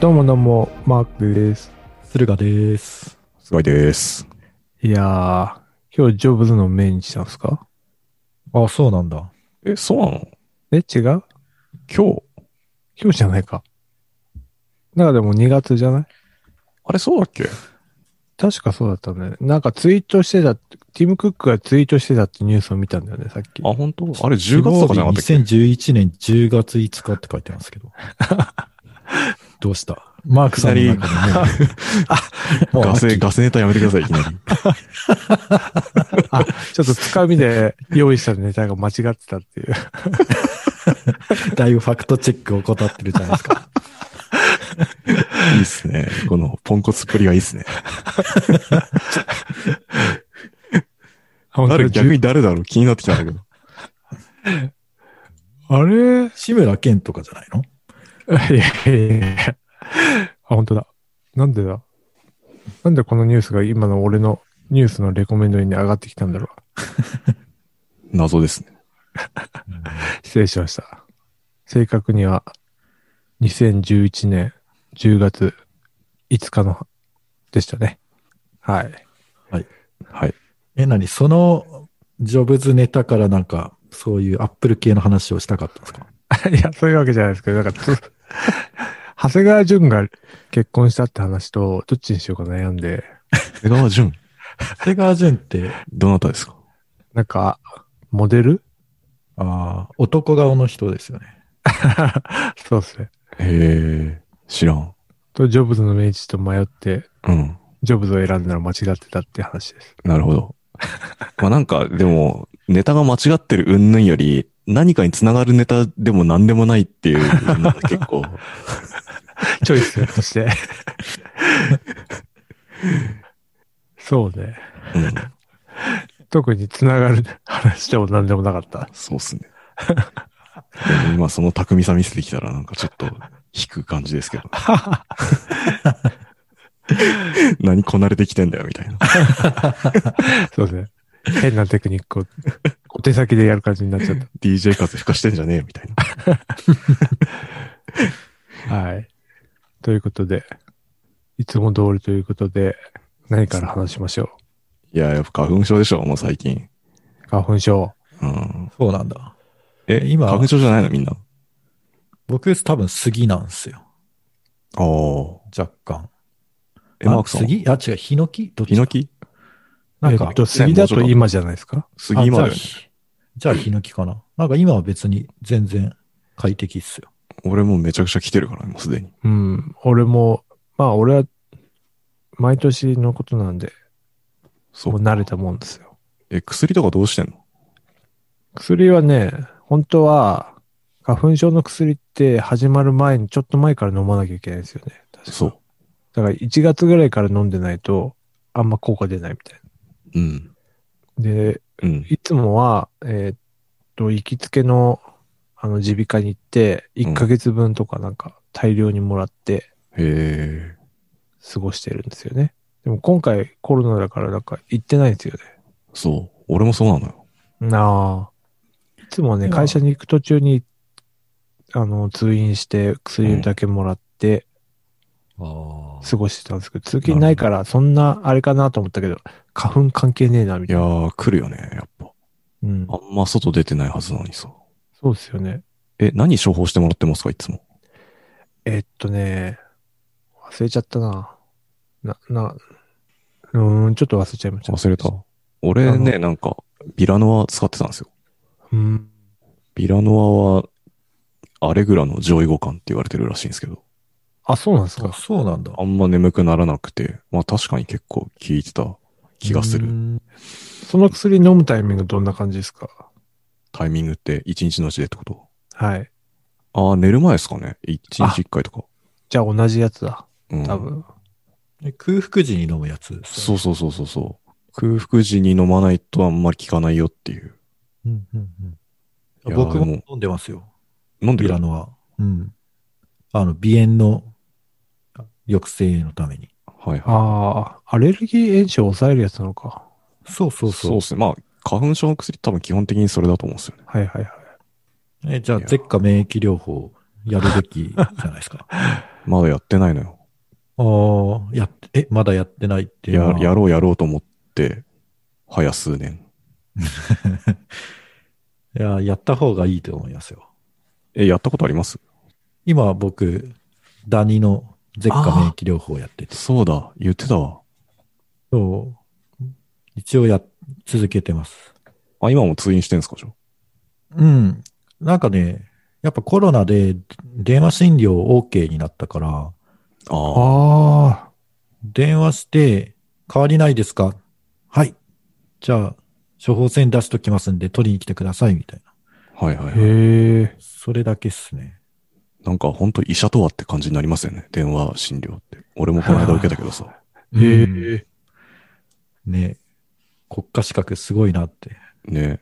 どうもどうも、マークです。駿河です。すごいです。いやー、今日ジョブズのメインにしたんですかあ、そうなんだ。え、そうなのえ、違う今今日日じゃないか。なんかでも2月じゃないあれそうだっけ確かそうだったんだよね。なんかツイートしてた、ティム・クックがツイートしてたってニュースを見たんだよね、さっき。あ、本当あれ10月とかじゃなかったっけ2011年10月5日って書いてます けど。どうしたマークさんの中でね。 もうガセ、秋ガセネタやめてく ださい、いきなり。あ、ちょっとつかみで用意したネタが間違ってたっていう。だいぶファクトチェックを怠ってるじゃないですか。いいっすね。このポンコツっぷりがいいっすね。 あ本誰、当だ逆に誰だろう気になってきたんだけど。あれ志村けんとかじゃないのいやいやいやあ、本当だ。なんでだなんでこのニュースが今の俺のニュースのレコメンドに上がってきたんだろ謎ですね。う。失礼しました。正確には2011年10月5日のでしたね。はい。 はい。え、なにそのジョブズネタからなんか、そういうアップル系の話をしたかったんですかいや、そういうわ けじゃないですけど、なんかつ、長谷川淳が結婚したって話と、どっちにしようか悩んで、江川淳、長谷川淳って、どなたですかなんか、モデル あー男顔の人ですよね。そうですね。へえ、知らん。と、ジョブズの命日と迷って、うん。ジョブズを選んだら間違ってたって話です。なるほど。まあなんか、でも、ネタが間違ってる云々より、何かに繋がるネタでも何でもないっていうのが結構、 チョイスとして。 そうね。うん、特に繋がる話でも何でもなかった。そうっすね。でも今その巧みさ見せてきたらなんかちょっと引く感じですけど。何こなれてきてんだよみたいな。そうですね。変なテクニックをお手先でやる感じになっちゃっ DJ 風吹かしてんじゃねえよみたいな。た。はい。ということで、いつも通りということで、何から話しましょいや、やっぱ花粉症でしょ、もう最近。う。花粉症。うん、そうなんだ。え、今。今花粉症じゃないのみんな。あ僕多分杉なんですよ。あ。若干。え、マークさん。杉あ、違う、ヒノキどっちヒだノキなんえかっ、と、杉だと今じゃないですか杉今だよあね。じゃあじゃあ、ヒノキかな。なんか今は別に全然快適っすよ。俺もうめちゃくちゃ来てるから、もうすでに。うん。俺も、まあ俺は、毎年のことなんで、そもうう。慣れたもんですよ。え、薬とかどうしてんの薬はね、本当は、花粉症の薬って始まる前に、ちょっと前から飲まなきゃいけないんですよね。確かそう。だから1月ぐらいから飲んでないと、あんま効果出ないみたいうん。な。で、うん。いつもは、えーっと、行きつけの、あの、耳鼻科に行って、1ヶ月分とかなんか大量にもらってへえ。過ごしてるんですよね。でも今回コロナだからなんか行ってないんですよね。そう。俺もそうなのよ。なあ。いつもね、今会社に行く途中に、あの、通院して薬だけもらってあ過ごしてたんですけど、通勤ないから、そんなあれかなと思ったけど、花粉関係ねえな、みいたいやな。ー、来るよね、やっぱ。うん。あんま外出てないはずなのにさ。そうですよね。え、何処方してもらってますか、いつも。えっとね、忘れちゃったな。な、な、うーん、ちょっと忘れちゃいました。忘れた。あ俺のね、なんか、ビラノア使ってたんですよ。うん。ビラノアは、アレグラの上位互換って言われてるらしいんですけど、あ、そうなんですあ。か。そうなんだあ。んま眠くならなくて、まあ確かに結構効いてた気がすうる。んその薬飲むタイミングどんな感じですかタイミングって1日のうちでってことはい。ああ、寝る前ですかね。1日1回とか。じゃあ同じやつだ。うん、多分。え空腹時に飲むやつ。そううそうそうそうそう。空腹時に飲まないとあんまり効かないよっていう。うんうんういやん、僕でもも飲んでますよ。飲んでビるラノは。うん。あの、鼻炎の抑制のために。はいはい。ああ、アレルギー炎症を抑えるやつなのか。そうそうそうそうで。すね。まあ、花粉症の薬多分基本的にそれだと思うんですよね。はいはいはい。えじゃあ、いや 舌下免疫療法やるべきじゃないですか。まだやってないのよ。ああ、やっ、え、まだやってないっていうのやは。、やろうやろうと思って、早数年。いや、やった方がいいと思いますよ。え、やったことあります今僕、ダニの舌下免疫療法やってて、そうだ、言ってたわ。そう一応や、続けてます。あ、今も通院してんすか、じゃあうん。なんかね、やっぱコロナで電話診療 OK になったから、ああ。あ電話して、変わりないですかはい。じゃあ、処方箋出しときますんで取りに来てください、みたいな。はいはあ、いはい。へえ。それだけっすね。なんか本当医者とはって感じになりますよね。電話診療って。俺もこの間受けたけどさ。へうんえ。ね国家資格すごいなって。ね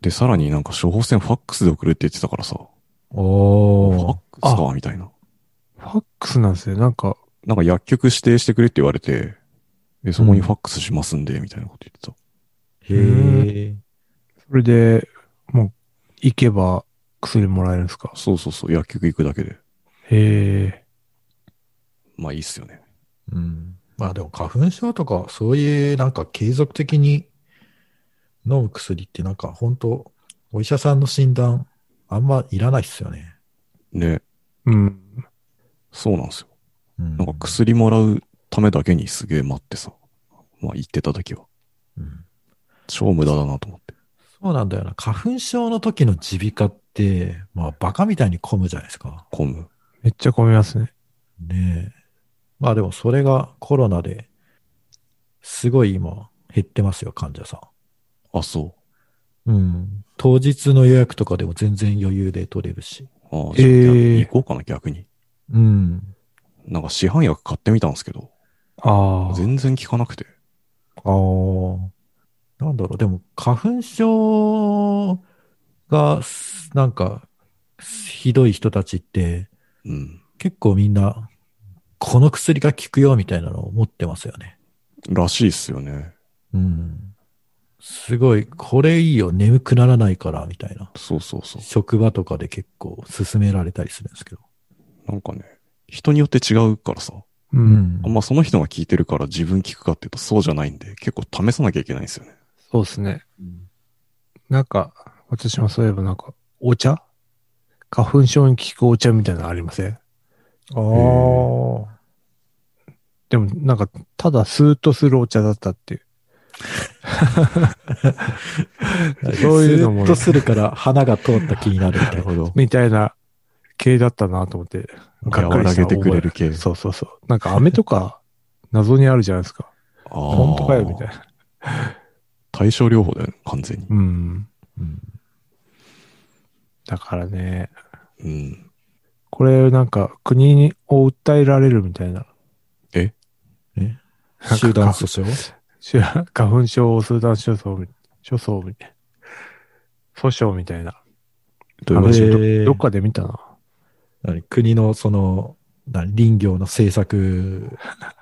で、さらになんか処方箋ファックスで送るって言ってたからさ。ファおッー。クスかみたいな。ファックスなんですね。なんか、なんか薬局指定してくれって言われて、で、そこにファックスしますんで、みたいなこと言ってた。へえ。それで、もう、行けば薬もらえるんですかそうそうそう、薬局行くだけで。へえ。まあいいっすよね。うん。まあでも花粉症とか、そういうなんか継続的に飲む薬ってなんか本当お医者さんの診断、あんまいらないっすよね。ね。うん。そうなんですよ。うん。なんか薬もらうためだけにすげえ待ってさ。まあ言ってた時は。うん超無駄だなと思って。そうなんだよな。花粉症の時の耳鼻科って、まあバカみたいに混むじゃないですか。混む。めっちゃ混みますね。ねえ。まあでもそれがコロナで、すごい今減ってますよ、患者さあ、そん。うん。当日の予約とかでも全然余裕で取れるし。う。あじゃあ、えー行こうかな、逆に。うん。なんか市販薬買ってみたんですけど、ああ。全然効かなくて。ああ。なんだろう、でも花粉症がす、なんか、ひどい人たちって、うん。結構みんな、この薬が効くよみたいなのを持ってますよね。らしいっすよね。うん。すごい、これいいよ、眠くならないから、みたいな。そうそうそう。職場とかで結構勧められたりするんですけど。なんかね、人によって違うからさ。う。うんんあんまその人が聞いてるから自分聞くかっていうとそうじゃないんで、結構試さなきゃいけないんですよね。そうですね。なんか、私もそういえばなんか、お茶花粉症に効くお茶みたいなのありませんああ。でもなんか、ただスーッとするお茶だったっていう。そういうのもねスーッとするから花が通った気になるみたいな。ほど。みたいな系だったなと思って、がっか和りらしたげ覚てえくれる系。そうそうそう。なんか飴とか、謎にあるじゃないですか。あ本当かよ、みたいな。な。対症療法だよね、完全に。うん。うんだからね、うん。これなんか国にを訴えられるみたいな。集団訴訟し 花粉症を集団訴訟み、訴訟みたいな。訴訟みたいな。どういうこ話とへどーどっかで見たな。何国のその、何林業の政策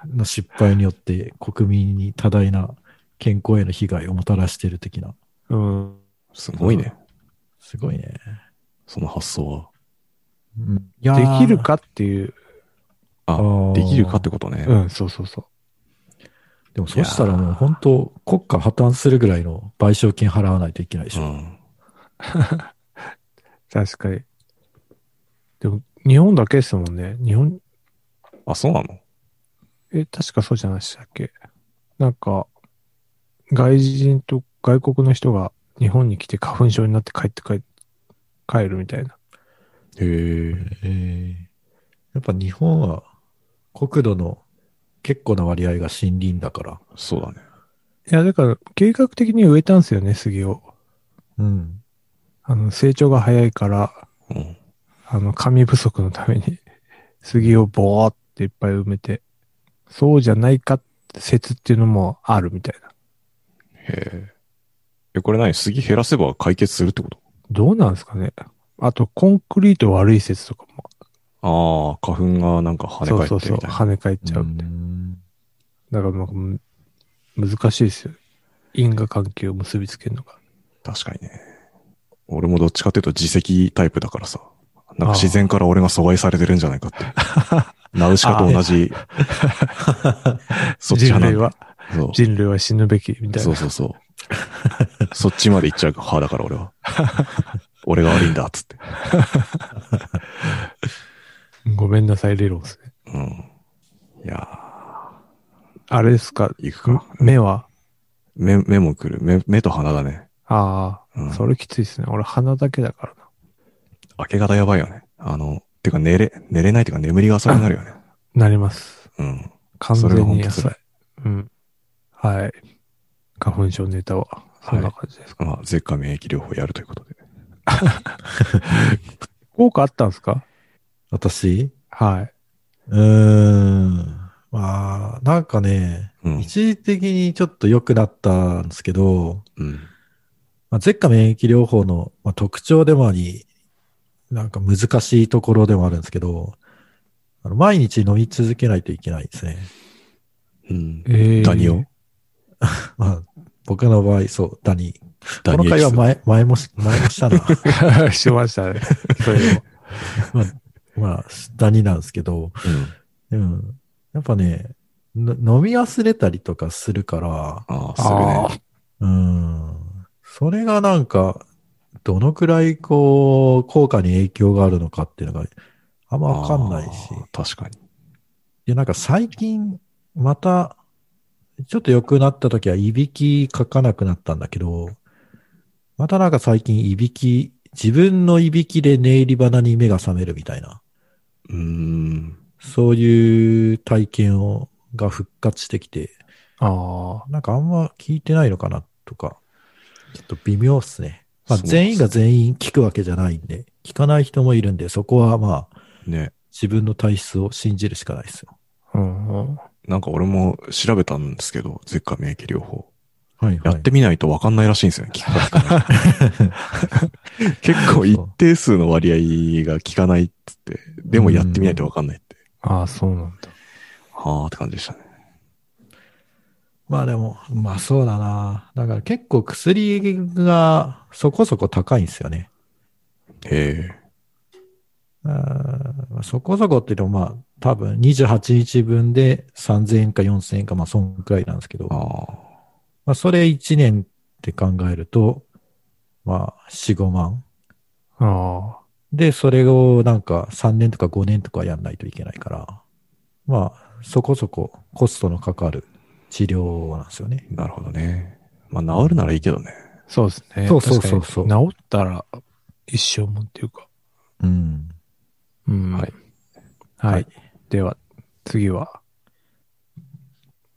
の失敗によって国民に多大な健康への被害をもたらしてる的な。うん。すごいね。すごいね。その発想は。うんできるかっていう。あーできるかってことね。うん、そうそうそう。でもそしたらもう本当国家破綻するぐらいの賠償金払わないといけないでしうょ。ん。確かに。でも、日本だけですもんね。日本、あ、そうなのえ、確かそうじゃないでしたっけなんか、外人と外国の人が日本に来て花粉症になって帰って帰帰るみたいな。へえ。えーやっぱ日本は国土の結構な割合が森林だから。そうだね。いや、だから、計画的に植えたんですよね、杉を。うん。あの、成長が早いから、うん。あの、紙不足のために、 杉をボーっていっぱい埋めて、そうじゃないか説っていうのもあるみたいな。へえ。え、これ何杉減らせば解決するってことどうなんですかねあと、コンクリート悪い説とかも。ああ、花粉がなんか跳ね返そうそってうそう、みたいな。跳ね返っちゃうみたいな。うんだからなんかむ、難しいですよ。因果関係を結びつけるのが。確かにね。俺もどっちかっていうと自責タイプだからさ。なんか自然から俺が阻害されてるんじゃない かって。ナウシカと同じ。そっち人派類なんだは、そう人類は死ぬべきみたいそなう。そうそう。そっちまで行っちゃう派だから 俺は。俺が悪いんだ、っつって。ごめんなさい理論ですね。うん。いやあれですかー、行くか。目は目、目も来る。目、目と鼻だね。ああ、うんそれきついですね。俺鼻だけだから明け方やばいよね。あの、てか寝れ、寝れないてか眠りが浅くなるよ ね。な。なります。うん。完全それがに本野当そ菜。うん。はい。花粉症ネタは、そんな感じですか。まあ、舌下免疫療法やるということで。効果あったんですか私はい。うーん。まあ、なんかね、うん。一時的にちょっと良くなったんですけど、うん。まあ、舌下免疫療法の、まあ、特徴でもあり、なんか難しいところでもあるんですけど、あの毎日飲み続けないといけないですね。うん。ええダ ニオまあ、僕の場合、そう、ダニ。ダこのニエ会キ話ス。前、前もし、前もしたな。 しましたね。それも。まあ、ダニなんですけど、うん。うん。やっぱね、の飲み忘れたりとかするから、ああ、するあねあ。、うん。それがなんか、どのくらいこう、効果に影響があるのかっていうのが、あんまわかんないし。あー。確かに。で、なんか最近、また、ちょっと良くなった時はいびきかかなくなったんだけど、またなんか最近いびき、自分のいびきで寝入り花に目が覚めるみたいな、うーん。そういう体験を、が復活してきて、あなんかあんま聞いてないのかなとか、ちょっと微妙っすね。まあそうっす全員が全員聞くわけじゃないんで、聞かない人もいるんで、そこはまあね。自分の体質を信じるしかないですよ。あ。うんうん。なんか俺も調べたんですけど、舌下免疫療法。はい、やってみないとわかんないらしいんですよね、効くか効かない 結構一定数の割合が効かないっつって、でもやってみないとわかんないって。ああ、そうなんだ。はあって感じでしたね。まあでも、まあそうだな。だから結構薬がそこそこ高いんですよね。へあーまあそこそこっていうのはまあ多分28日分で3000円か4000円かまあそんくらいなんですけど、え。ああ。まあそれ1年って考えると、まあ4、5万。あで、それをなんか3年とか5年とかやんないといけないから、まあそこそこコストのかかる治療なんですよね。なるほどね。まあ治るならいいけどね。あ。そうですね。そうそうそうそう確かに治ったら一生もんっていうか。うん。うん。はい。ははいい。では、次は、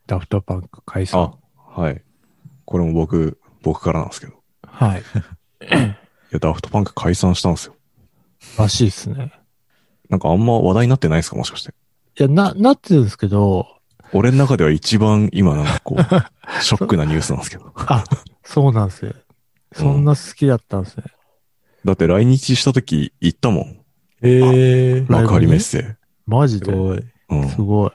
ダフトパンク解散。はい。これも僕、僕からなんですけど。いはい。や、ダフトパンク解散したんですよ。らしいですね。なんかあんま話題になってないですかもしかして。いや、な、なってるんですけど、俺の中では一番今なんか こう、ショックなニュースなんですけど。あ、そうなんですよ。そんな好きだったんですね。だって来日した時行ったもん。ええライブに幕張メッセ。マジすで。ごい。うん。すごい。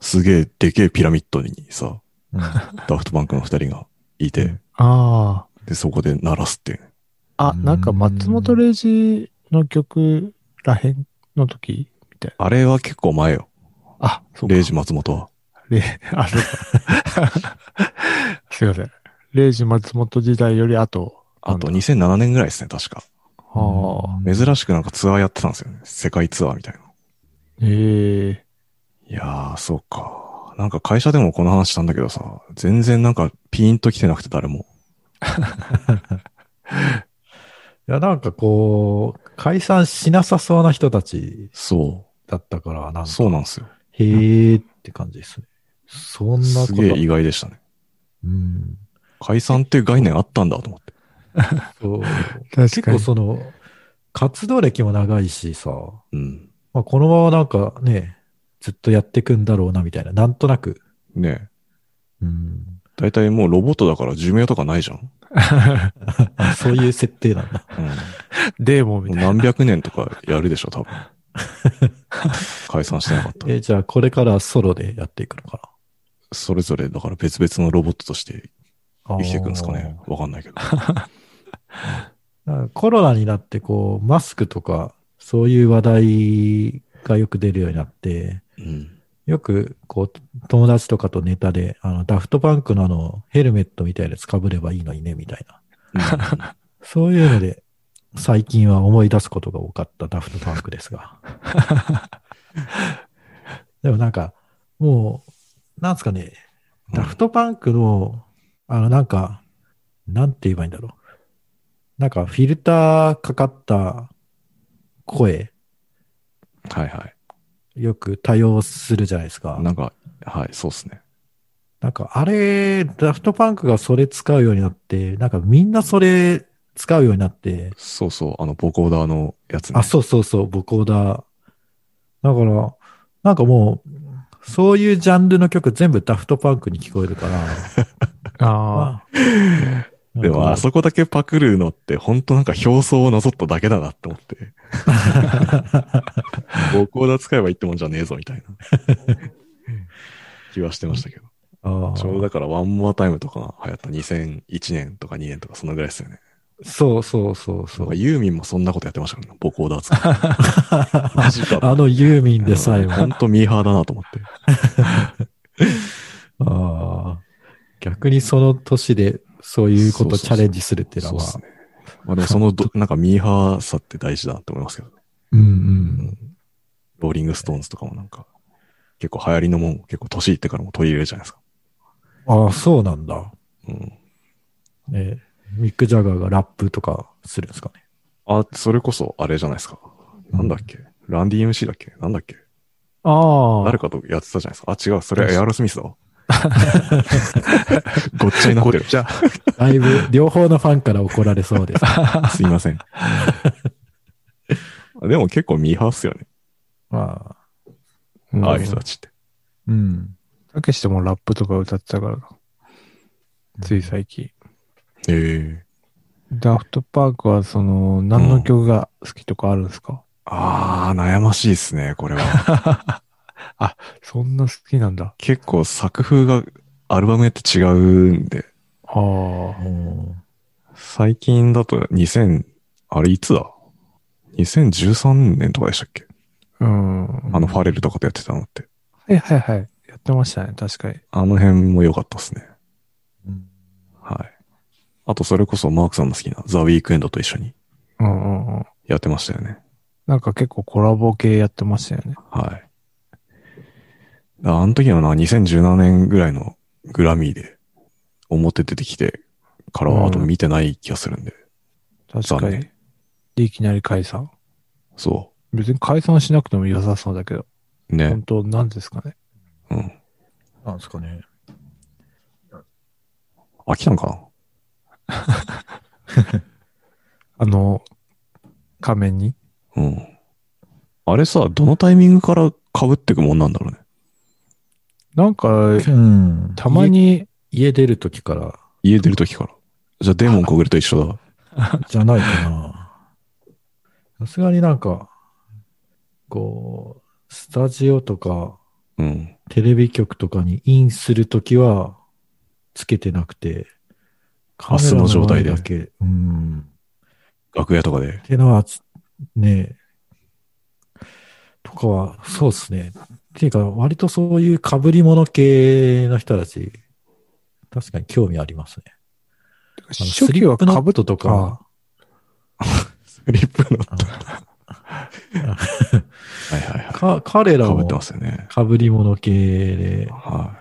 すげえでけえピラミッドにさ、 うんダフトバンクの二人がいて、あで、そこで鳴らすっていうね。あ。あ、うんなんか松本零士の曲らへんの時あれは結構前よ。あ、そうかレイジ松本は。レあの、 すいません。レイジ松本時代より後。あと2007年ぐらいですね、確か。ああ。珍しくなんかツアーやってたんですよね。世界ツアーみたいな。ええいやー、そうか。なんか会社でもこの話したんだけどさ、全然なんかピーンと来てなくて誰も。いや、なんかこう、解散しなさそうな人たちそだったから、なんう。か、そうなんですよ。へーって感じですね。そんなこと。すげえ意外でしたね。うん。解散っていう概念あったんだと思って。そう。確結かに構。その、活動歴も長いしさ、うん。まあ、このままなんかね、ずっとやってくんだろうな、みたいな、なんとなく。ねうんえ。。だいたいもうロボットだから寿命とかないじゃん。あそういう設定な んだ。うん。 デーモンみもうたいな。何百年とかやるでしょ、多分。解散してなかったら。え、じゃあこれからソロでやっていくのかそれぞれ、だから別々のロボットとしてな。生きていくんですかね。わかんないけど。あー。なんかコロナになってこう、マスクとかそういう話題がよく出るようになって、 うん。よく、こう、友達とかとネタで、あの、ダフトパンクのあの、ヘルメットみたいなやつ被ればいいのにね、みたいな。そういうので、最近は思い出すことが多かったダフトパンクですが。でもなんか、もう、なんですかね、ダフトパンクの、あの、なんか、なんて言えばいいんだろう。なんか、フィルターかかった声、はいはよく多用するじゃないですかい。。なんか、はい、そうですね。なんか、あれ、ダフトパンクがそれ使うようになって、なんかみんなそれ使うようになって、そうそう、あの、ボコーダーのやつねあ、そうそうそう、ボコーダー。だから、なんかもう、そういうジャンルの曲全部ダフトパンクに聞こえるから。ああ。あ でも、あそこだけパクるのって、ほんとなんか表層をなぞっただけだなって思 って。ボコーダー使えばいいってもんじゃねえぞ、みたいな。気はしてましたけど。ああちょうどだから、ワンモアタイムとか流行った2001年とか2年とか、そのぐらいですよね。そうそうそうなそんうか。ユーミンもそんなことやってましたからね、ボコーダー使って。 マジか。あのユーミンでさえも。ほんとミーハーだなと思って。ああ逆にその年でそういうことチャレンジするっていうのは、そうっすね。まあでもそのど、なんかミーハーさって大事だなって思いますけど。うんう。うんんローリングストーンズとかもなんか、結構流行りのもん、結構年いってからも取り入れるじゃないですか。ああ、そうなんだ。うん。ね、ミック・ジャガーがラップとかするんですかね。あ、それこそあれじゃないですか。なんだっけランディ MC だっけなんだっけああ誰。かとやってたじゃないですか。あ、違う。それエアロスミスだ わ。ごっちゃになってる。じゃだ いぶ、両方のファンから怒られそう です。すいません。でも結構ミーハーっすよね。まあ、ああいうあ人たちって。うん。たけしもラップとか歌ってたからな。つい最近。ええダフトパークはその、何の曲が好きとかあるんですか、ああ、悩ましいですね、これは。そんな好きなんだ。結構作風がアルバムによって違うんで、ああ。うん最近だと2000、あれいつだ ?2013 年とかでしたっけうん。あのファレルとかとやってたのって。はいはいはい。やってましたね。確かに。あの辺も良かったですね。うんはい。あとそれこそマークさんの好きなザ・ウィークエンドと一緒にうんうんうん。やってましたよね。なんか結構コラボ系やってましたよね。はい。だあの時はな、2017年ぐらいのグラミーで表出てきてからはあと見てない気がするんで。確か残に念。で、いきなり解散。そ別に解散しなくても良さそうだけど、う。ね本。当なんですかね。うん。なんですかね。飽きたんかなあの、仮面に。うん。あれさ、どのタイミングから被ってくもんなんだろうね。なんか、うん。たまに、家。家出るときから、家出る時から。じゃあデーモン小暮と一緒 だ。じゃないかな。さすがになんか、こう、スタジオとか、うん。テレビ局とかにインするときは、つけてなくて、明日の状態でカメラの前だけ。うん。楽屋とかで。ってのは、つねとかは、そうですね。っていうか、割とそういう被り物系の人たち、確かに興味ありますね。あの初期はスリップノかぶットとか、スリップの。 あはいはいはか彼らい。被っもてますよね。被り物系で、は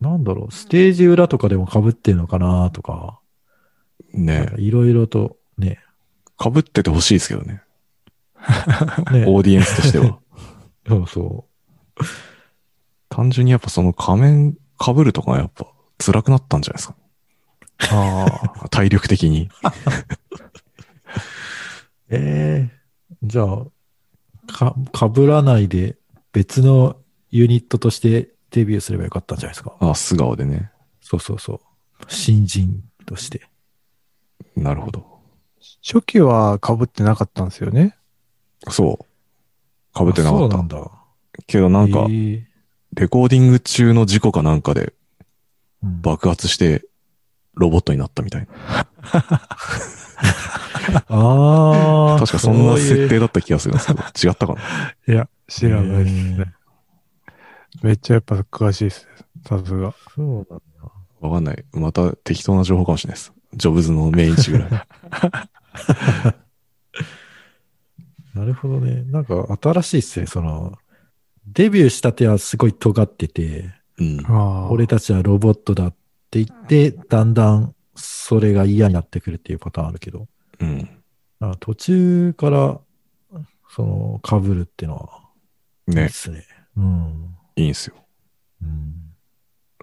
なんだろう、ステージ裏とかでも被ってるのかなとか、い。ねいろいろとね、被っててほしいですけどね。ね オーディエンスとしては。そうそ単純にやっぱその仮面被るとかがやっぱ辛くなったんじゃないで すか。ああ。体力的に。う。ええじゃあ、か、被らないで別のユニットとしてデビューすればよかったんじゃないですか。あ、素顔でね。そうそうそう。新人として。なるほど。初期は被ってなかったんですよね。そう。被ってなかあっそうなたん。だ。けどなんかえ、えレコーディング中の事故かなんかでうん爆発してロボットになったみたいな。ああ。 確かそんな設定。定だった気がするんですけど、違ったかないや、知らないですへね。めっちゃやっぱ詳しいですね。さすが。そうなんだ。わかんない。また適当な情報かもしれないです。ジョブズの命日ぐらい。 なるほどね。なんか新しいっすね。その、デビューしたてはすごい尖ってて、うん。ああ。俺たちはロボットだって言って、だんだんそれが嫌になってくるっていうパターンあるけど、うん。なんか途中から、その、被るっていうのは、いいねっ、すね。うん。いいんすよ。うん。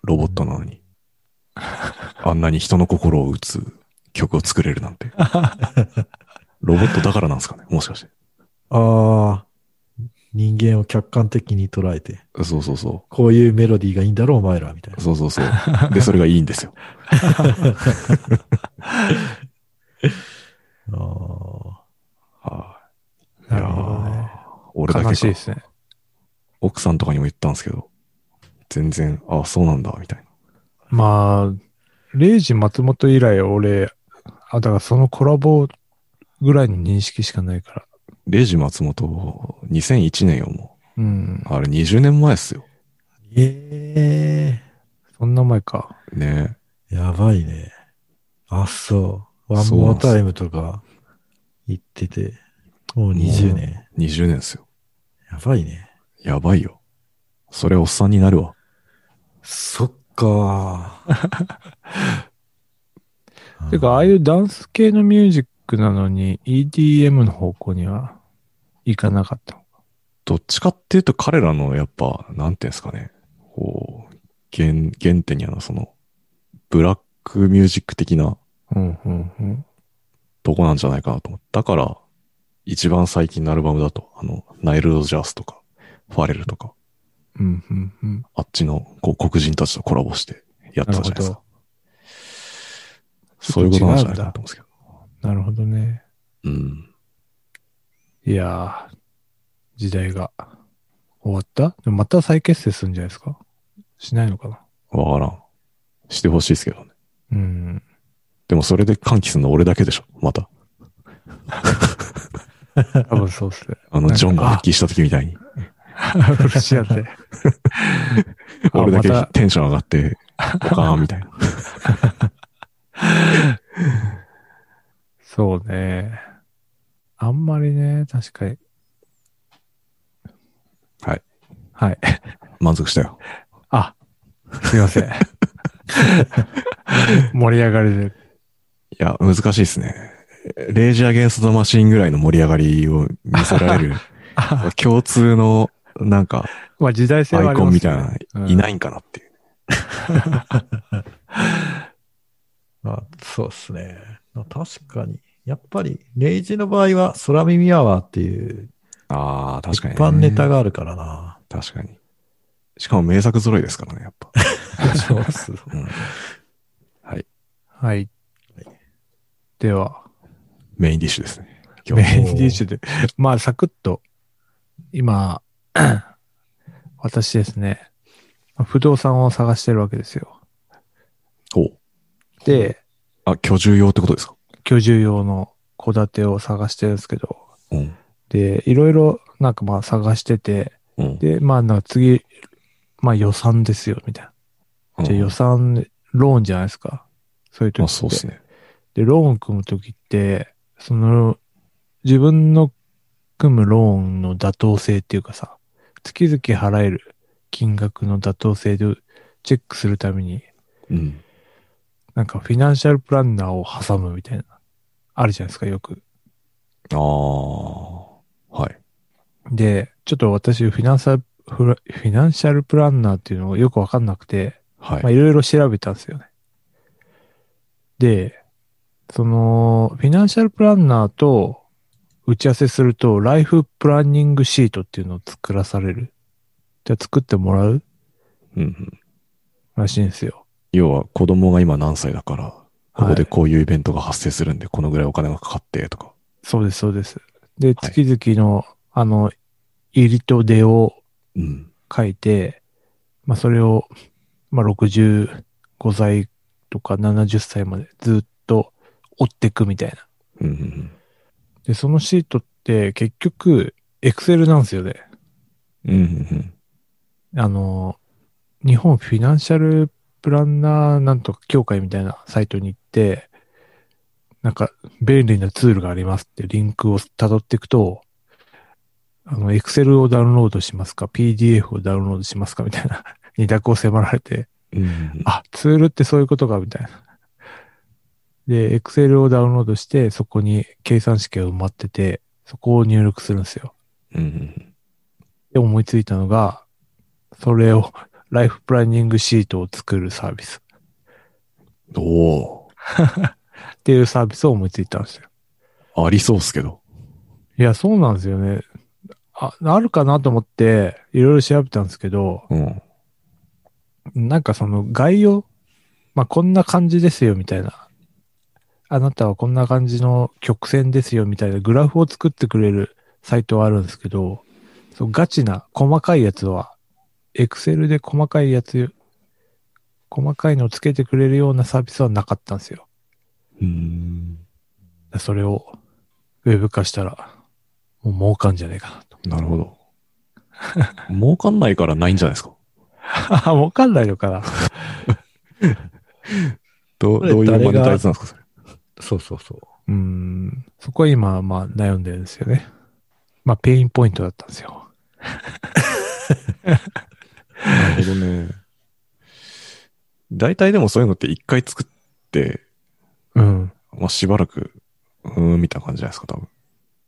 ロボットなのに。あんなに人の心を打つ曲を作れるなんて。 ロボットだからなんですかねもしかして。ああ、人間を客観的に捉えて、そうそうそ。こういうメロディーがいいんだろう、お前ら、みたいうな。そうそうそう。で、それがいいんですよ。あは い、なるほどいやね。ー俺だ悲しいけでか。すね。奥さんとかにも言ったんですけど、全然、あそうなんだ、みたいな。まあ、レイジ松本以来俺、あ、だからそのコラボぐらいの認識しかないから。レイジ松本、2001年よ、もうん。う。あれ20年前っすよ。あ。えそんな前か。ねえやばいね。あ、そう。ワンそうなモんーですタイムとか言ってて、もう20年。 20年っすよ。やばいね。やばいよ。それおっさんになるわ。そっか ーてか、ああいうダンス系のミュージックなのに EDM の方向には行かなかった。どっちかっていうと彼らのやっぱ、なんていうんですかね。こう、原、原点にあの、その、ブラックミュージック的なうん、うん、うん。とこなんじゃないかなと思って。だから、一番最近のアルバムだと、あの、ナイル・ロジャースとか、ファレルとか、うん、うん、うん。あっちのこう黒人たちとコラボしてやってたじゃないですか。そういうことなんじゃないかなと思うんですけど。なるほどね。うん。いやー、時代が終わったでもまた再結成するんじゃないですかしないのかなわからん。してほしいですけどね。うん。でもそれで歓喜するの俺だけでしょ、また。多分そうっすね。なあんの、かジョンが復帰した時みたいに。うるしやって。あ俺だけまたテンション上がって、お かーんみたいな。 そうね。あんまりね、確かに。はい。はい。満足したよ。あ、すいません。 盛り上がりで。いや、難しいですね。レイジアゲンストザマシンぐらいの盛り上がりを見せ られる、共通の、なんか、まあ時代性はアありイコンまみすたいねな、。いい。ないんかなっていう。まあ、そうですね。まあ確かに。やっぱり、レイジの場合は、空耳アワーっていう、ああ、確かに、一般ネタ。があるからな。確かに。しかも名作揃いですからね、やっぱ。 そうっす。うん、はい。では、メインディッシュですね。今メ日。インディッシュで。まあ、サクッと、今、 私ですね、不動産を探してるわけですよ。おで、あ、居住用ってことですか居住用の戸建てを探してるんですけど、うん。で、いろいろなんかまあ探してて、うん。で、まあなんか次、まあ予算ですよ、みたいな。じゃあ予算、ローンじゃないですか。そういう時まっあ、て。そうですね。で、ローン組む時って、その、自分の組むローンの妥当性っていうかさ、月々払える金額の妥当性でチェックするために、うん。なんかフィナンシャルプランナーを挟むみたいな、あるじゃないですか、よく。ああ、はい。で、ちょっと私、フィナンシャル、フラフィナンシャルプランナーっていうのがよくわかんなくて、はい。まあ、いろいろ調べたんですよね。で、その、フィナンシャルプランナーと打ち合わせすると、ライフプランニングシートっていうのを作らされる。じゃあ作ってもらううんうん。らしいんですよ。要は、子供が今何歳だから、ここはでい、こういうイベントが発生するんで、このぐらいお金がかかって、とか。そうです、そうです。で、月々の、あの、入りと出をうん。書いて、まあそれを、まあ65歳とか70歳までずっと追っていくみたいなうんうんで、そのシートって結局、エクセルなんですよね。うんうんあの、日本フィナンシャルプランナーなんとか協会みたいなサイトに行って、なんか便利なツールがありますってリンクを辿っていくと、あの、Excel をダウンロードしますか ?PDF をダウンロードしますかみたいな 二択を迫られて、うん。うんうんあ、ツールってそういうことかみたいな。で、Excel をダウンロードして、そこに計算式が埋まってて、そこを入力するんですよ。うんうんで、思いついたのが、それを、 ライフプランニングシートを作るサービスうんおっていうサービスを思いついたんですよ。ーありそうっすけど。いや、そうなんですよね。あ、あるかなと思って、いろいろ調べたんですけど、うん。なんかその概要、まあ、こんな感じですよ、みたいな。あなたはこんな感じの曲線ですよ、みたいなグラフを作ってくれるサイトはあるんですけど、そうガチな細かいやつは、Excel で細かいやつ、細かいのをつけてくれるようなサービスはなかったんですよ。うん。それを、ウェブ化したら、もう儲かんじゃねえかなと。なるほど。 儲かんないからないんじゃないですか。 あ、儲かんないのかな。どこう、れどういう誰マがネタイズなんですか、それ。そうそうそう。うーん。そこは今、まあ悩んでるんですよね。まあペインポイントだったんですよ。なるほどね。大体でもそういうのって一回作って、うん。まあ、しばらく、うーん、みたいな感じじゃないですか、多分。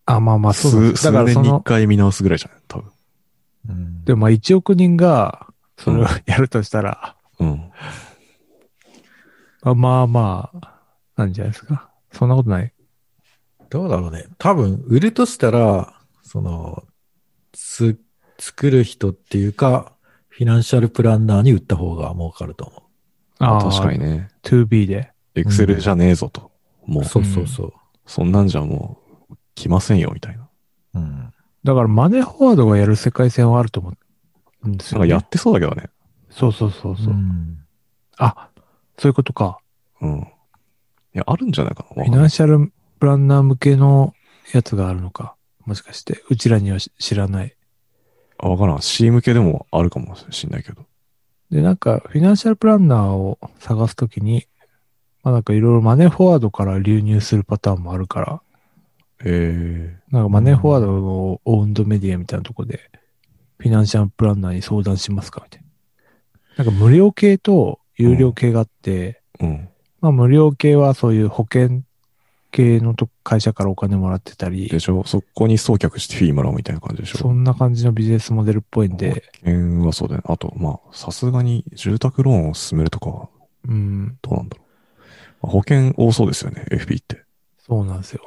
あ、まあまあ、そうなん数、です。だ数から年そに一の、回見直すぐらいじゃない多分。うん、でもまあ1億人が、それを やるとしたら、うん。まあまあまあ、なんじゃないですか。そんなことない。どうだろうね。多分、売るとしたら、その、つ、作る人っていうか、フィナンシャルプランナーに売った方が儲かると思あ確かにね。ね。 2B で。エクセルじゃねえぞと。もうう。、そうそうそう。そんなんじゃもう、来ませんよ、みたいな。うん。だからマネーフォワードがやる世界線はあると思うんですなんよ、かね。やってそうだけどね。そうそうそうそう、んあ、そういうことか。うん。いや、あるんじゃないかな。フわィかんナないンシャルプランナー向けのやつがあるのか。もしかして、うちらにはし知らない。あわからん。C 向けでもあるかもしんないけど。で、なんか、フィナンシャルプランナーを探すときに、まあなんかいろいろマネーフォワードから流入するパターンもあるから、えなんかマネーフォワードのオウンドメディアみたいなとこで、フィナンシャルプランナーに相談しますかみたいな。なんか無料系と有料系があって、えうん。まあ無料系はそういう保険系のと会社からお金もらってたりで、しょそこに送客してフィーもらうみたいな感じでしょそんな感じのビジネスモデルっぽいんで、保険はそうだよね。あと、まあ、さすがに住宅ローンを進めるとかはうん、どうなんだろう。まあ保険多そうですよね、FP って。そうなんですよ。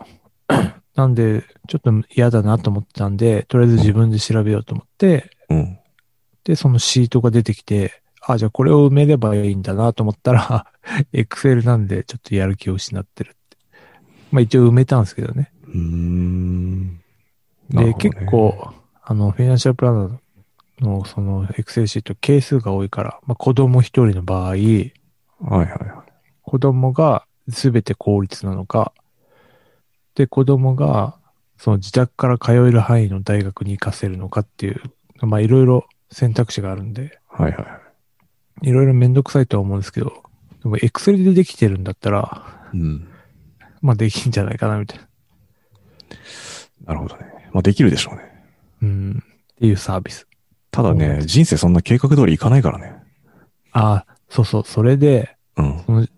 なんで、ちょっと嫌だなと思ってたんで、とりあえず自分で調べようと思って、うん。で、そのシートが出てきて、あ、じゃあこれを埋めればいいんだなと思ったら、Excel なんでちょっとやる気を失ってるって。まあ一応埋めたんですけどね。うーん。なるで、ほどね結構、あの、フィナンシャルプランナーのその Excel シート、係数が多いから、まあ子供一人の場合、はいはいは子供が全て公立なのか、で、子供がその自宅から通える範囲の大学に行かせるのかっていう、まあいろいろ選択肢があるんで、い。はいはいはいろいろめんどくさいとは思うんですけど、でも Excel でできてるんだったら、い。うん。まあできんじゃないかなみたいな。なるほどね。まあ、できるでしょうね。うん。っていうサービス。ただそうなんねで、人生そんな計画通りいかないからね。ああ、そうそう。それで、うん。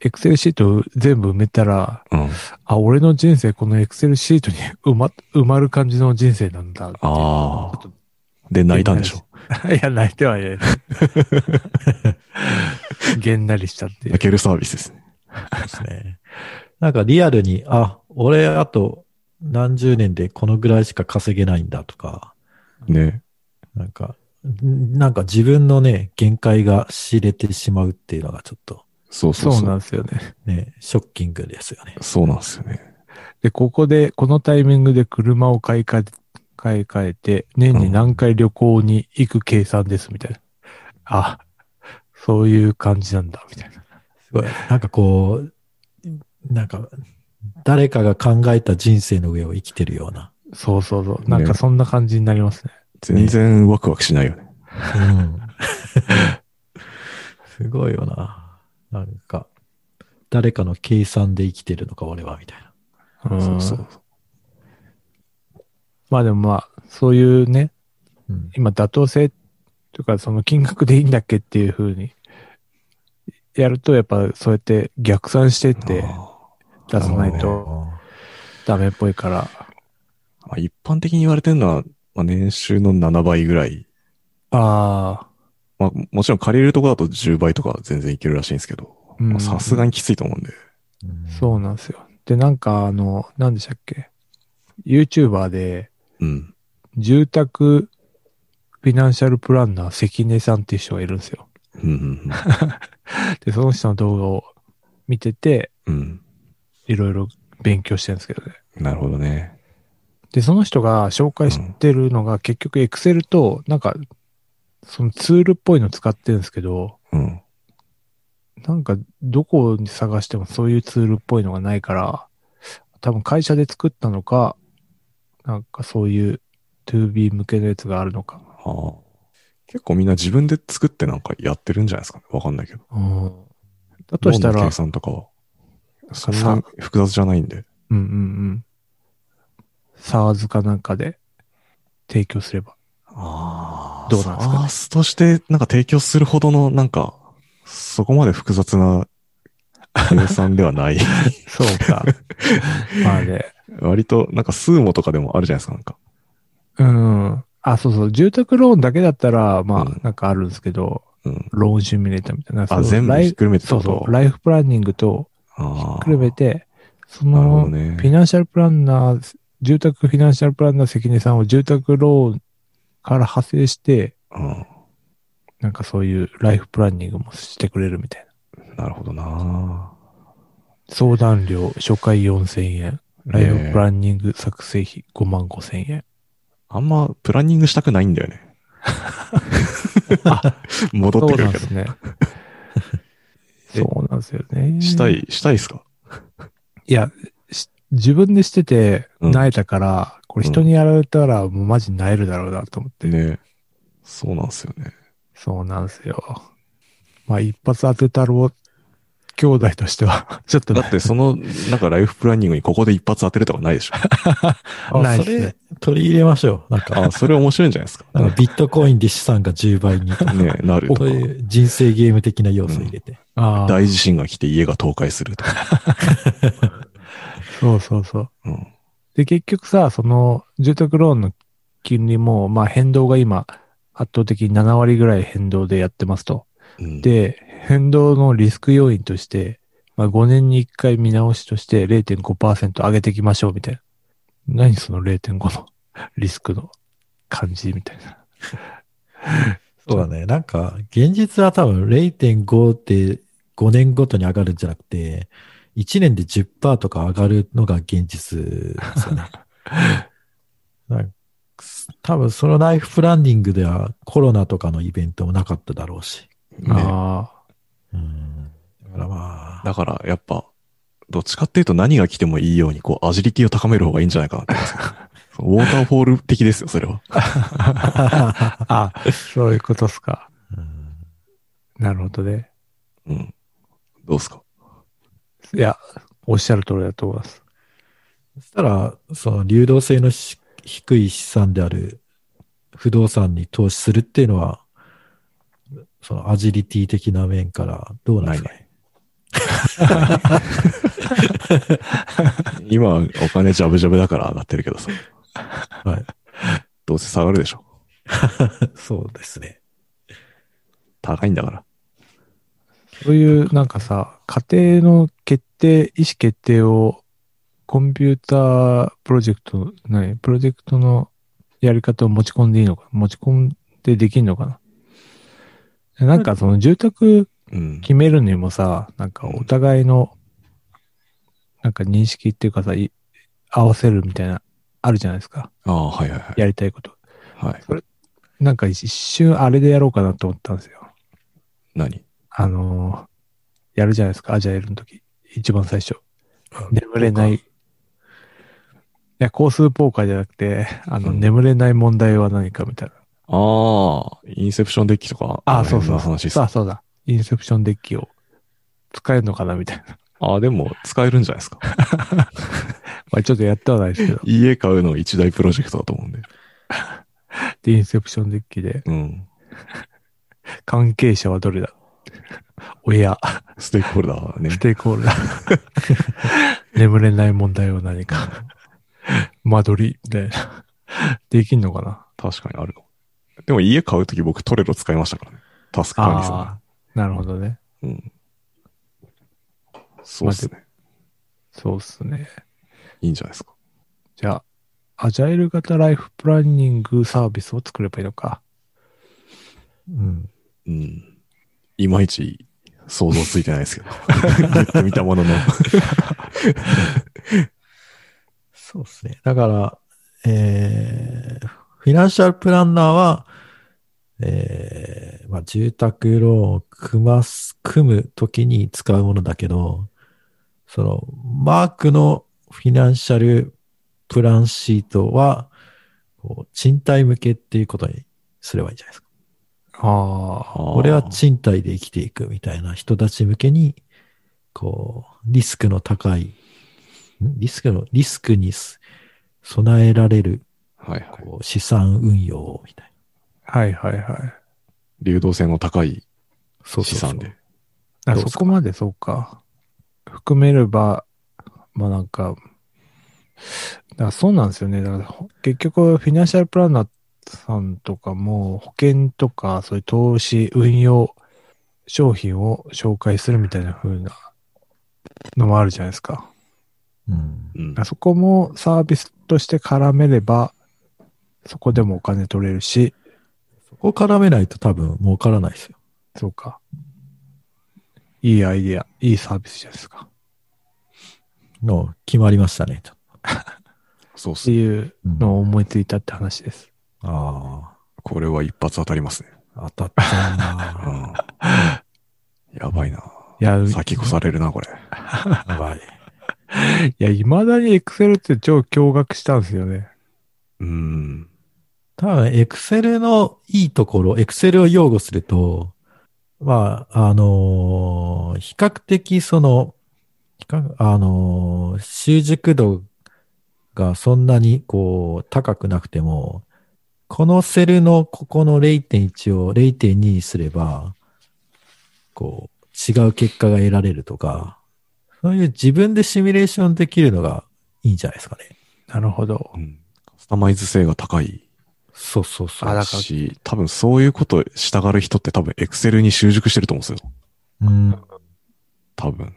Excel シート全部埋めたら、うん。あ、俺の人生この Excel シートに埋ま、埋まる感じの人生なんだ。あちあ。で、泣いたんでしょ。 いや、泣いてはい ない。げんなりしたっていう泣。けるサービスですね。そうですね。なんかリアルに、あ、俺あと何十年でこのぐらいしか稼げないんだとか、ね。なんか、んなんか自分のね、限界が知れてしまうっていうのがちょっとそうそそううそう。なんですよね。ね、ショッキングですよね。そうなんですよね。で、ここで、このタイミングで車を買い替え、買い替えて、年に何回旅行に行く計算です、みたいな。あ、そういう感じなんだ、みたいな。すごい。なんかこう、なんか、誰かが考えた人生の上を生きてるような。そうそうそう。なんかそんな感じになりますね。全然ワクワクしないよね。うん。 すごいよな。なんか、誰かの計算で生きてるのか、俺は、みたいな。うんそうそうそう。まあでもまあ、そういうね、うん。今妥当性というかその金額でいいんだっけっていう風にやるとやっぱそうやって逆算してってあ出さないとあダメっぽいから。ーまあ、一般的に言われてるのは、まあ、年収の7倍ぐらい。ああ、まあ、もちろん借りるとこだと10倍とか全然いけるらしいんですけど、うんまあさすがにきついと思うんで。ーうんそうなんですよ。で、なんかあの、なんでしたっけ ?YouTuber でうん。住宅フィナンシャルプランナー関根さんっていう人がいるんですよ。うんうんで、その人の動画を見てて、 うん。うん。いろいろ勉強してるんですけどね。なるほどね。で、その人が紹介してるのが結局 Excel と、なんか、そのツールっぽいの使ってるんですけど、うん。なんかどこに探してもそういうツールっぽいのがないから、多分会社で作ったのか、なんかそういう 2B 向けのやつがあるのか。ああ。結構みんな自分で作ってなんかやってるんじゃないですかね。わかんないけど。うん。だとしたローンのら計、算とかは。そさんな複雑じゃないんで。うんうんうん。SARS かなんかで提供すれば。あどうなんですかねサースとしてなんか提供するほどのなんか、そこまで複雑な計算では ない。そう か。まあね。割となんか数もとかでもあるじゃないですか。なんか。うん。あ、そうそう。住宅ローンだけだったら、まあ、うんなんかあるんですけど、うん。ローンシミュレーターみたいな。あ、全部ラひっイくるめてそうこそとう。ライフプランニングとひあっあくるめて、そなるほどの、ねフ。ィナンシャルプランナー、住宅フィナンシャルプランナー関根さんを住宅ローンから派生して、うん。なんかそういうライフプランニングもしてくれるみたいな。なるほどな。相談料、初回4000円。ライフプランニング作成費5万5000円。あんまプランニングしたくないんだよね。 戻ってそうくなんるでけど。すね。えそうなんですよね。 したい、したいっすかいや、し自分でしてて、うん萎えたから、これ人にやられたら、もうマジ萎えるだろうなと思って。ね。そうなんですよね。そうなんですよ。まあ、一発当てたろう、兄弟としては、 ちょっとだってその、なんかライフプランニングにここで一発当てるとかないでしょ。あないっそすねれ、取り入れましょう。なんか、あ、それ面白いんじゃな いですか。なんかビットコインで資産が10倍にとか。ね、なるとかそういう人生ゲーム的な要素入れて。ああ、大地震が来て家が倒壊するとか。そうそうそう。うん。で、結局さ、その、住宅ローンの金利も、まあ、変動が今、圧倒的に7割ぐらい変動でやってますと。うん、で、変動のリスク要因として、まあ、5年に1回見直しとして0.5%上げていきましょうみたいな。何その0.5の リスクの感じみたいな。そうだね。なんか、現実は多分0.5って5年ごとに上がるんじゃなくて、1年で10%とか上がるのが現実ですよ ね。なんか多分そのライフプランニングではコロナとかのイベントもなかっただろうし。ね、あうん。だからまあ、だからやっぱ、どっちかっていうと何が来てもいいように、こう、アジリティを高める方がいいんじゃないかなって思います けどウォーターフォール的ですよ、それは。あ。ああ、そういうことっすか。うんなるほどね。うん。どうっすかいや、おっしゃる通りだと思います。そしたら、その流動性のし低い資産である不動産に投資するっていうのは、そのアジリティ的な面からどうなんですかね。今、お金ジャブジャブだから上がってるけどさ。はい。 どうせ下がるでしょ。そうですね。高いんだから。そういう、なんかさ、家庭の決定、意思決定を、コンピュータープロジェクト、何プロジェクトのやり方を持ち込んでいいのか持ち込んでできんのかななんかその住宅うん。決めるにもさ、なんかお互いの、なんか認識っていうかさ、い合わせるみたいな、あるじゃないですか。ああ、はいはいはい。やりたいこと。はい。なんか一瞬あれでやろうかなと思ったんですよ。何あのーやるじゃないですか、アジャイルの時。一番最初。眠れない。いや、高数ポーカーじゃなくて、あの、うん眠れない問題は何かみたいな。ああ、インセプションデッキとか。ああ、のそう辺そう。の話っすそうだそうだ。インセプションデッキを使えるのかなみたいな。ああ、でも使えるんじゃない ですか。まあちょっとやってはないです けど。家買うの一大プロジェクトだと思うんで。で、インセプションデッキで、うん。関係者はどれだ親、ステークホルダーねス。テークホ ルダー。眠れない問題は何か。間取り、みたいな。できんのかな確かにあるかも。でも家買うとき僕トレロ使いましたからね。タスク管理さああ、なるほどね。ん。うん。そうですね。そうっすね。いいんじゃないですか。じゃあ、アジャイル型ライフプランニングサービスを作ればいいのか。うん。うん。いまいち想像ついてないです けど。言ってみたものの。そうですね。だから、えー、フィナンシャルプランナーは、えー、まあ、住宅ローンを組ます、組むときに使うものだけど、その、マークのフィナンシャルプランシートは、こう賃貸向けっていうことにすればいいんじゃないですか。ああ、俺 俺は賃貸で生きていくみたいな人たち向けに、こう、リスクの高い、んリスクの、リスクにす備えられる、はいはい。こう、資産運用をみたいな。はいはいはい。流動性の高いそ資産で。あどうっすそかこまでそうか。含めれば、まあなんか、だからそうなんですよね。だからほ結局、フィナンシャルプランナーさんとかも、保険とか、そういう投資、運用、商品を紹介するみたいな風なのもあるじゃないですか。うん。うんだからそこもサービスとして絡めれば、そこでもお金取れるし、そこ絡めないと多分儲からないですよ。そうか。いいアイディア、いいサービスじゃないですか。の、決まりましたね、と。そうっっすてね。いううんのを思いついたって話です。あこれは一発当たりますね。あ、当たったう。なんやばいな。いや、う先越されるな、これ。やばい。いや、未だに Excel って超驚愕したんですよね。うん。多分、エクセルのいいところ、エクセルを擁護すると、まあ、あのー比較的その、比較あのー習熟度がそんなにこう、高くなくても、このセルのここの0.1を0.2にすれば、こう、違う結果が得られるとか、そういう自分でシミュレーションできるのがいいんじゃないですかね。なるほど。うんカスタマイズ性が高いそうそうそう。あだからし、多分そういうことしたがる人って多分 Excel に習熟してると思うんですよ。うん。多分。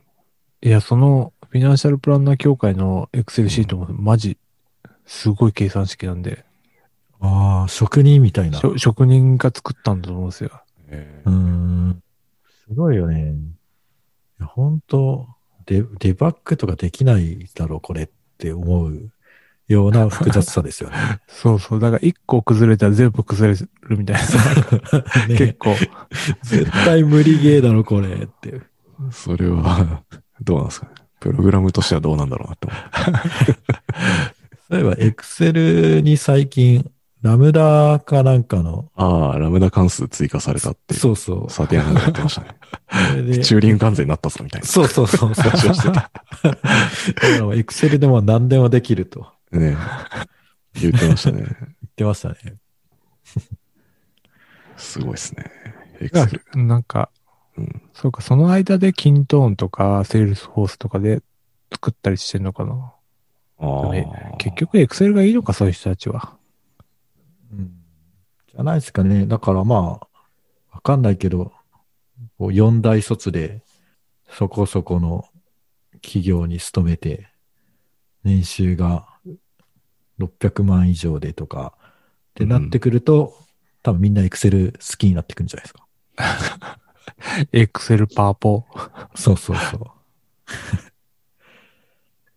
いや、そのフィナンシャルプランナー協会の Excel シートもマジ、すごい計算式なんで、ああ、職人みたいな。しょ職人が作ったんだと思うんですよ。えうーん。すごいよね。いや本当デデバッグとかできないだろう、これって思うよう な複雑さですよね。そうそう。だから一個崩れたら全部崩れるみたいな。ね結構。絶対無理ゲーだろ、これって。それは、 どうなんですかね。プログラムとしてはどうなんだろうなって思う。そういえば、エクセルに最近、ラムダかなんかの、ああ、ラムダ関数追加されたって、そうそう。サーティアンがやってま したね。それでチューリング関税になったぞみたいな。そうそう そうそう。話をしてた。エクセルでも何でもできるとねえ言ってましたね。言ってましたね。すごいですね。が Excel。なんか、うんそうか、その間でキントーンとか、セールスフォースとかで作ったりしてんのかな。あであ。結局 Excel がいいのか、そういう人たち は。じゃないですかね。だからまあ、わかんないけど、こう四大卒で、そこそこの企業に勤めて、年収が600万以上でとか、ってなってくると、多分みんなエクセル好きになってくるんじゃないですか。 Excel パーポ。そうそうそう。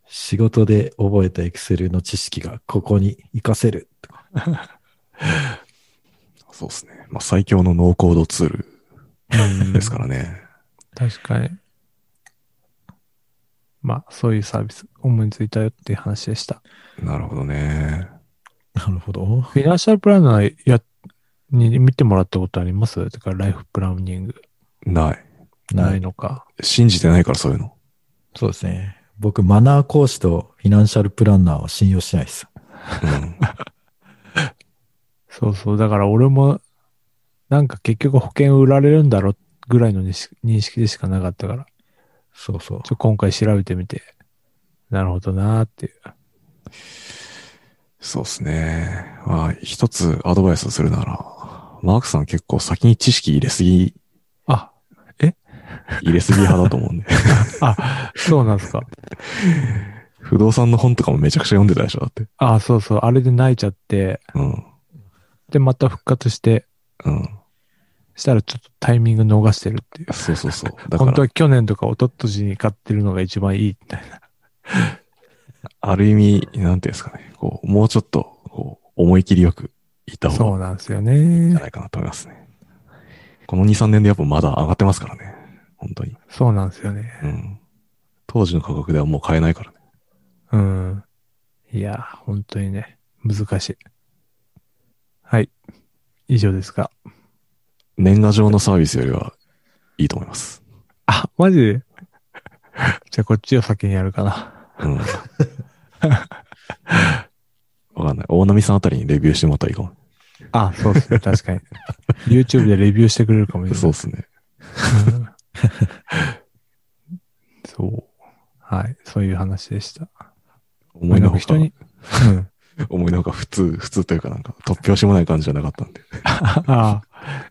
仕事で覚えたエクセルの知識がここに活かせるとか。そうですね。まあ最強のノーコードツールですからね。確かに。まあ、そういうサービス思いついたよっていう話でした。なるほどね。なるほど。フィナンシャルプランナーや、に見てもらったことありますだからライフプランニングない。ない。のか。信じてないからそういうの。そうですね。僕、マナー講師とフィナンシャルプランナーを信用しないです。 うん、そうそう。だから俺も、なんか結局保険売られるんだろぐらいの認識認識でしかなかったから、そうそうち。ょ、今回調べてみて、なるほどなーっていう。そうですね。まあ、一つアドバイスするなら、マークさん結構先に知識入れすぎ、あ、入れすぎ派だと思うんで。あ、そうなんですか。 不動産の本とかもめちゃくちゃ読んでたでしょ、だって。あ、そうそう。あれで泣いちゃって、うん。で、また復活して、うん。したらちょっとタイミング逃してるっていう。そうそうそう。 だか本当ら、は去年とか一昨年に買ってるのが一番いいみたいな。ある意味、なんていうんですかね。こう、もうちょっと、こう、思い切りよくいた方そがうなんですよいいんじねゃ。ないかなと思いますね。この2、3年でやっぱまだ上がってますからね。本当に。そうなんですよね。うん。当時の価格ではもう買えないからね。うん。いや、本当にね、難しい。はい。以上ですか。年賀状のサービスよりはいいと思います。あ、マジで じゃあこっちを先にやるかな。 うん。わかんない。大波さんあたりにレビューしてもらったらいいかも。あ、そうです ね。確かに。YouTube でレビューしてくれるかもしれない。そうですね。うん そう。はい。そういう話でした。思いのほか人、に。うん。 思いのほか普通、普通というかなんか突拍子もない感じじゃなかったんで。。ああ。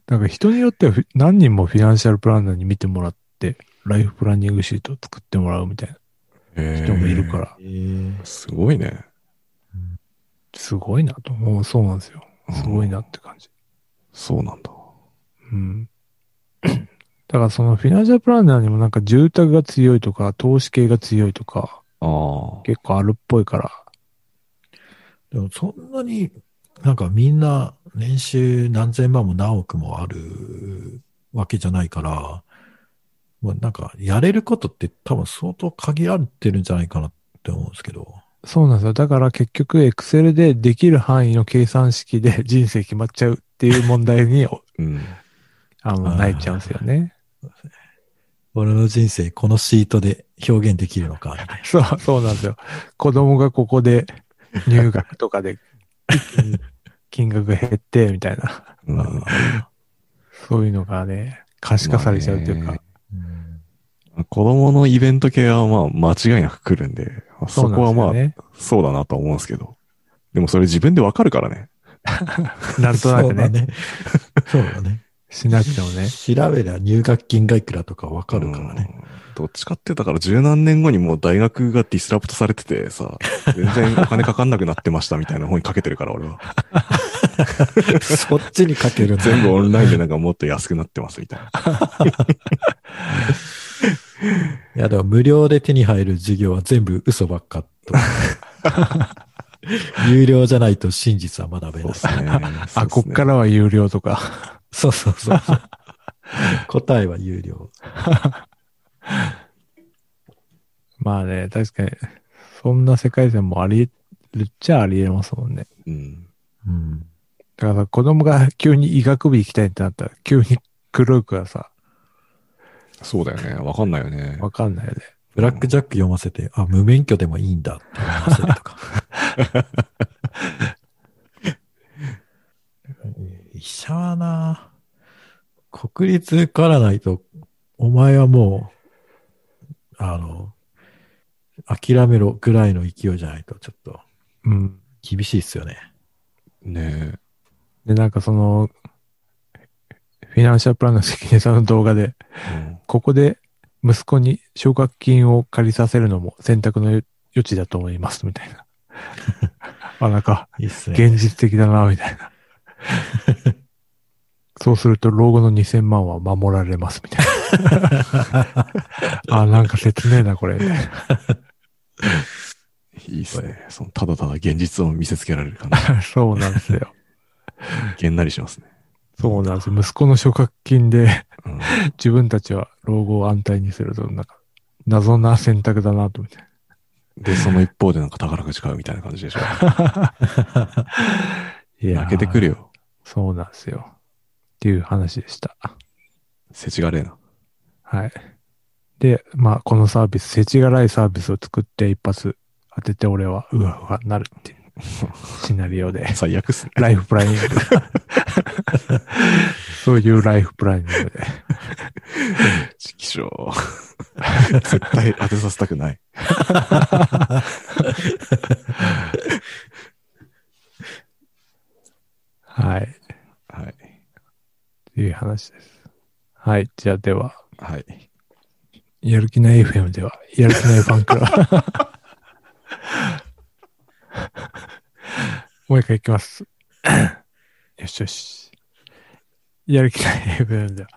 なんか人によってはふ何人もフィナンシャルプランナーに見てもらって、ライフプランニングシートを作ってもらうみたいな人もいるからら、すごいね。すごいなと思う。そうなんですよ。すごいなって感じ。そうなんだ。うん。 だからそのフィナンシャルプランナーにもなんか住宅が強いとか、投資系が強いとか、ああ。結構あるっぽいから、でもそんなになんかみんな年収何千万も何億もあるわけじゃないから、もうなんかやれることって多分相当限られてるんじゃないかなって思うんですけど。そうなんですよ。だから結局、エクセルでできる範囲の計算式で 人生決まっちゃうっていう問題に、おうん。あの、あー泣いちゃうんですよね。俺の人生このシートで表現できるのか、みたいな。そう、そうなんですよ。子供がここで入学とかで 一気に金額が減って、みたいな。うんそういうのがね、可視化されちゃうというまかあね。子供のイベント系はまあ間違いなく来るんで、まあそこはまうなんあですそうだなとは思うんですけど。でもそれ自分でわかるからね。よね。なんとなくね、そうだね。そうだね。しなくてもね。調べりゃ入学金がいくらとかわかるからね。うん。どっちかってだから十何年後にもう大学がディスラプトされててさ、全然お金かかんなくなってましたみたいな方にかけてるから俺は。 そっちにかけるんだ全部オンラインでなんかもっと安くなってますみたいな。いや、でも無料で手に入る授業は全部嘘ばっ かと。有料じゃないと真実は学べそうないで。すね。。あ、こっかららは有料とか。そうそうそうそう。答えは有料。まあね、確かに、そんな世界線もあり得るっちゃあり得ますもんね。うん。うん。だからさ、子供が急に医学部行きたいってなったら、急に黒い子はさ、そうだよね。わかんないよね。わかんないよね。ブラックジャック読ませて、あ、無免許でもいいんだって思わせると か。医者はな、国立受からないと、お前はもう、あの、諦めろぐらいの勢いじゃないと、ちょっとうん。厳しいっすよね。ねえ。で、なんかその、フィナンシャルプランの関根さんの動画で、うんここで息子に奨学金を借りさせるのも選択の余地だと思います、みたいな。あ、なんか、いいっすね。現実的だな、みたいな。そうすると、老後の2000万は守られます、みたいな。あ、なんか切ねえな、これ。みたい ないいっすね。そのただただ現実を見せつけられる感じ。そうなんですよ。 げんなりしますね。そうなんですよ。息子の奨学金で うん自分たちは老後を安泰にすると、なんか、謎な選択だなと思って。 で、その一方でなんか宝くじ買うみたいな感じでしょ。い泣けてくるよ。よ。そうなんですよ。っていう話でした。せちがれえな。はい。で、まあ、このサービス、世知辛いサービスを作って一発当てて俺はうわうわなるっていう シナリオで、最悪っすね。ライフプランニング。 そういうライフプランニングで。ちきしょう 絶対当てさせたくない。はい。はっい。ていう話です。はい。じゃあでは、はい。やる気ない FM では、やる気ないファンクラブ。もう一回いきます。よしよし。やる気ない FM では、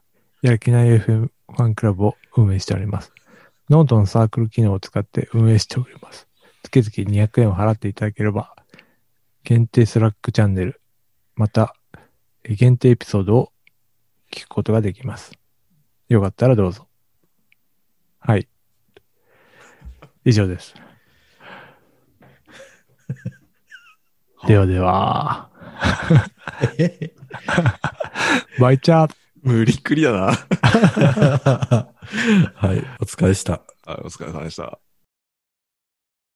やる気ない FM ファンクラブを運営しております。ノートのサークル機能を使って運営しております。月々200円を払っていただければ、限定スラックチャンネル、また、え限定エピソードを聞くことができます。よかったらどうぞ。はい。以上です。ではでは、バイチャー無理っくりだな。 はい、お疲れした。はいお疲れ様でした。